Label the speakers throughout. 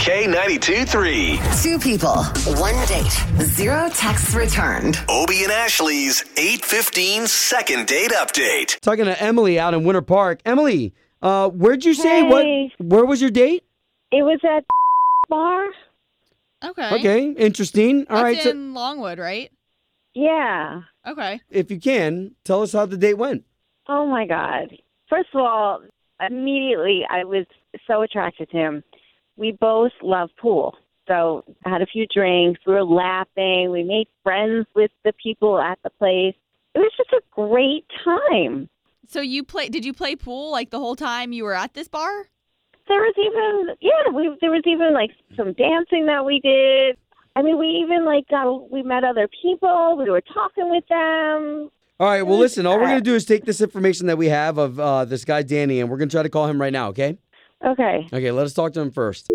Speaker 1: K92 3.
Speaker 2: Two people, one date, zero texts returned.
Speaker 1: Obie and Ashley's 815 second date update.
Speaker 3: Talking to Emily out in Winter Park. Emily, uh, where'd you say
Speaker 4: Hey.
Speaker 3: what? Where was your date?
Speaker 4: It was at bar.
Speaker 5: Okay.
Speaker 3: Okay, interesting. All
Speaker 5: That's
Speaker 3: right, so
Speaker 5: in Longwood, right?
Speaker 4: Yeah.
Speaker 5: Okay.
Speaker 3: if you can, tell us how the date went.
Speaker 4: Oh my God. First of all, immediately I was so attracted to him. We both love pool. So had a few drinks. We were laughing. We made friends with the people at the place. It was just a great time.
Speaker 5: So you play? Did you play pool like the whole time you were at this bar?
Speaker 4: There was even yeah, we there was even like some dancing that we did. I mean, we even like got we met other people. We were talking with them.
Speaker 3: All right, well, listen, all we're going to do is take this information that we have of uh, this guy, Danny, and we're going to try to call him right now, okay?
Speaker 4: Okay.
Speaker 3: Okay, let us talk to him first.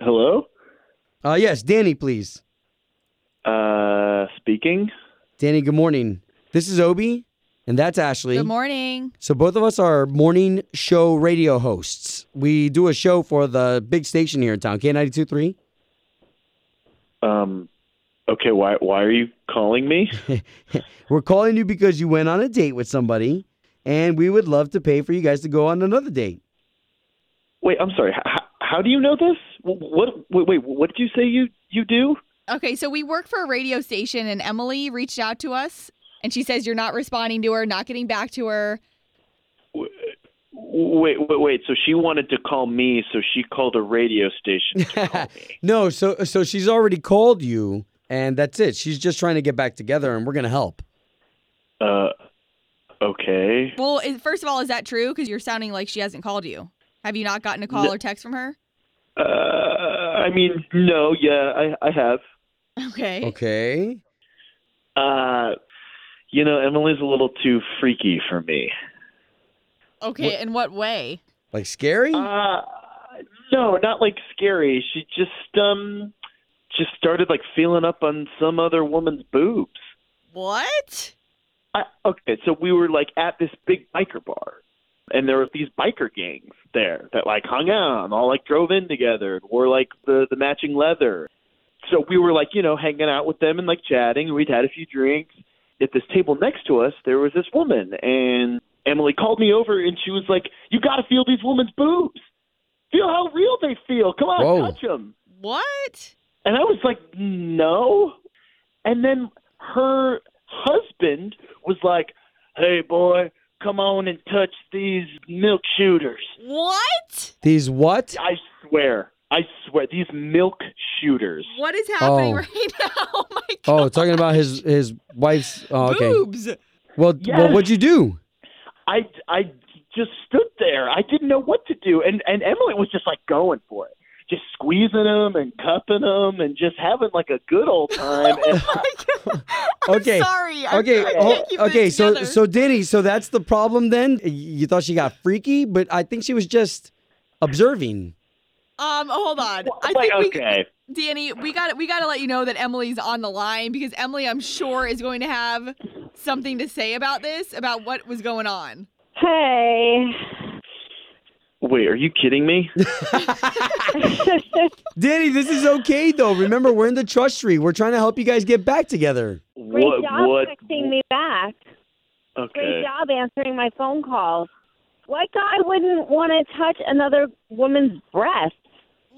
Speaker 6: Hello?
Speaker 3: Uh, yes, Danny, please.
Speaker 6: Uh, speaking?
Speaker 3: Danny, good morning. This is Obi, and that's Ashley.
Speaker 5: Good morning.
Speaker 3: So both of us are morning show radio hosts. We do a show for the big station here in town, K92.3.
Speaker 6: Um, okay, why, why are you calling me?
Speaker 3: We're calling you because you went on a date with somebody, and we would love to pay for you guys to go on another date.
Speaker 6: wait, I'm sorry. How, how do you know this? Wh- What, wait, wait, what did you say you, you do?
Speaker 5: Okay, so we work for a radio station, and Emily reached out to us, and she says you're not responding to her, not getting back to her.
Speaker 6: Wait, wait, wait. So she wanted to call me, so she called a radio station to call me.
Speaker 3: No, so so she's already called you, and that's it. She's just trying to get back together, and we're gonna help.
Speaker 6: Uh, okay.
Speaker 5: Well, is, first of all, is that true? Because you're sounding like she hasn't called you. Have you not gotten a call or text from her?
Speaker 6: Uh, I mean, no, yeah, I, I have.
Speaker 5: Okay.
Speaker 3: Okay.
Speaker 6: Uh, you know, Emily's a little too freaky for me.
Speaker 5: Okay. In what way?
Speaker 3: Like scary?
Speaker 6: Uh, no, not like scary. She just um just started like feeling up on some other woman's boobs.
Speaker 5: What?
Speaker 6: I, okay, so we were like at this big biker bar, and there were these biker gangs there that like hung out and all like drove in together and wore like the the matching leather. So we were like you know hanging out with them and like chatting. and We'd had a few drinks. At this table next to us, there was this woman, and Emily called me over and she was like, "You got to feel these women's boobs. Feel how real they feel. Come on,
Speaker 3: Whoa.
Speaker 6: touch them."
Speaker 5: What?
Speaker 6: And I was like, no. And then her husband was like, hey, boy, come on and touch these milk shooters.
Speaker 5: What?
Speaker 3: These what?
Speaker 6: I swear. I swear. These milk shooters.
Speaker 5: What is happening
Speaker 3: Oh.
Speaker 5: right now? Oh my god.
Speaker 3: Oh, talking about his his wife's. Oh, okay.
Speaker 5: Boobs.
Speaker 3: Well, well,
Speaker 6: Yes.
Speaker 3: what'd you do?
Speaker 6: I, I just stood there. I didn't know what to do. And, and Emily was just like going for it. Just squeezing them and cupping them and just having like a good old time. And
Speaker 3: Okay.
Speaker 5: Sorry. I-
Speaker 3: Okay.
Speaker 5: I can't
Speaker 3: oh,
Speaker 5: keep it
Speaker 3: okay. So
Speaker 5: together.
Speaker 3: so Danny. So that's the problem then. Y- You thought she got freaky, but I think she was just observing.
Speaker 5: Um, hold on. I
Speaker 6: like,
Speaker 5: think we,
Speaker 6: okay.
Speaker 5: Danny, we got we got to let you know that Emily's on the line because Emily, I'm sure, is going to have something to say about this, about what was going on.
Speaker 4: Hey.
Speaker 6: Wait, are you kidding me?
Speaker 3: Danny, this is okay though. Remember, we're in the trust tree. We're trying to help you guys get back together.
Speaker 4: Great
Speaker 6: what?
Speaker 4: job
Speaker 6: what?
Speaker 4: texting me back. Great
Speaker 6: Okay.
Speaker 4: job answering my phone calls. What guy wouldn't want to touch another woman's breast?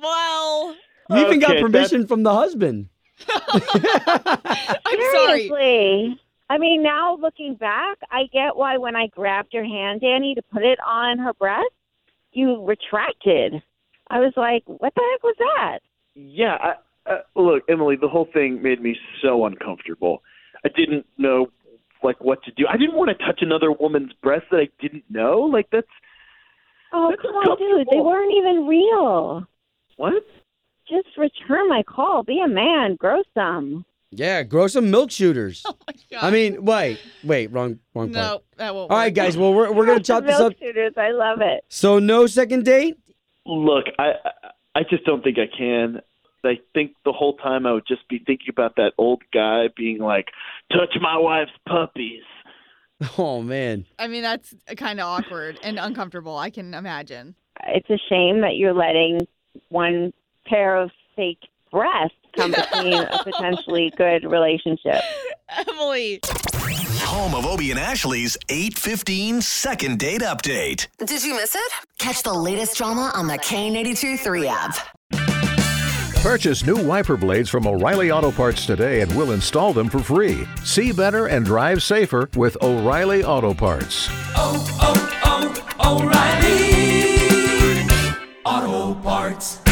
Speaker 5: Well,
Speaker 3: You even got
Speaker 6: Okay,
Speaker 3: permission from the husband.
Speaker 5: I'm
Speaker 4: Seriously.
Speaker 5: sorry.
Speaker 4: I mean, now looking back, I get why when I grabbed your hand, Danny, to put it on her breast, you retracted. I was like, what the heck was that?
Speaker 6: Yeah, I, uh, look, Emily, the whole thing made me so uncomfortable. I didn't know like what to do. I didn't want to touch another woman's breast that I didn't know. Like that's
Speaker 4: Oh,
Speaker 6: That's
Speaker 4: come on, dude. They
Speaker 6: uncomfortable.
Speaker 4: weren't even real.
Speaker 6: what?
Speaker 4: Just return my call. Be a man. Grow some.
Speaker 3: Yeah, grow some milk shooters.
Speaker 5: Oh God.
Speaker 3: I mean, wait, wait, wrong, wrong part.
Speaker 5: no, that won't.
Speaker 3: All right,
Speaker 5: work.
Speaker 3: guys. Well, we're we're gonna chop this
Speaker 4: Milk
Speaker 3: up.
Speaker 4: shooters. I love it.
Speaker 3: So no second date.
Speaker 6: Look, I I- I just don't think I can. I think the whole time I would just be thinking about that old guy being like, "Touch my wife's puppies."
Speaker 3: Oh man.
Speaker 5: I mean, that's kind of awkward and uncomfortable. I can imagine.
Speaker 4: It's a shame that you're letting one pair of fake breasts come between a potentially good relationship.
Speaker 5: Emily.
Speaker 1: Home of Obie and Ashley's 815 second date update.
Speaker 2: Did you miss it? Catch the latest drama on the K82 3 app.
Speaker 7: Purchase new wiper blades from O'Reilly Auto Parts today and we'll install them for free. See better and drive safer with O'Reilly Auto Parts.
Speaker 8: Oh, oh, oh, O'Reilly. Auto Parts.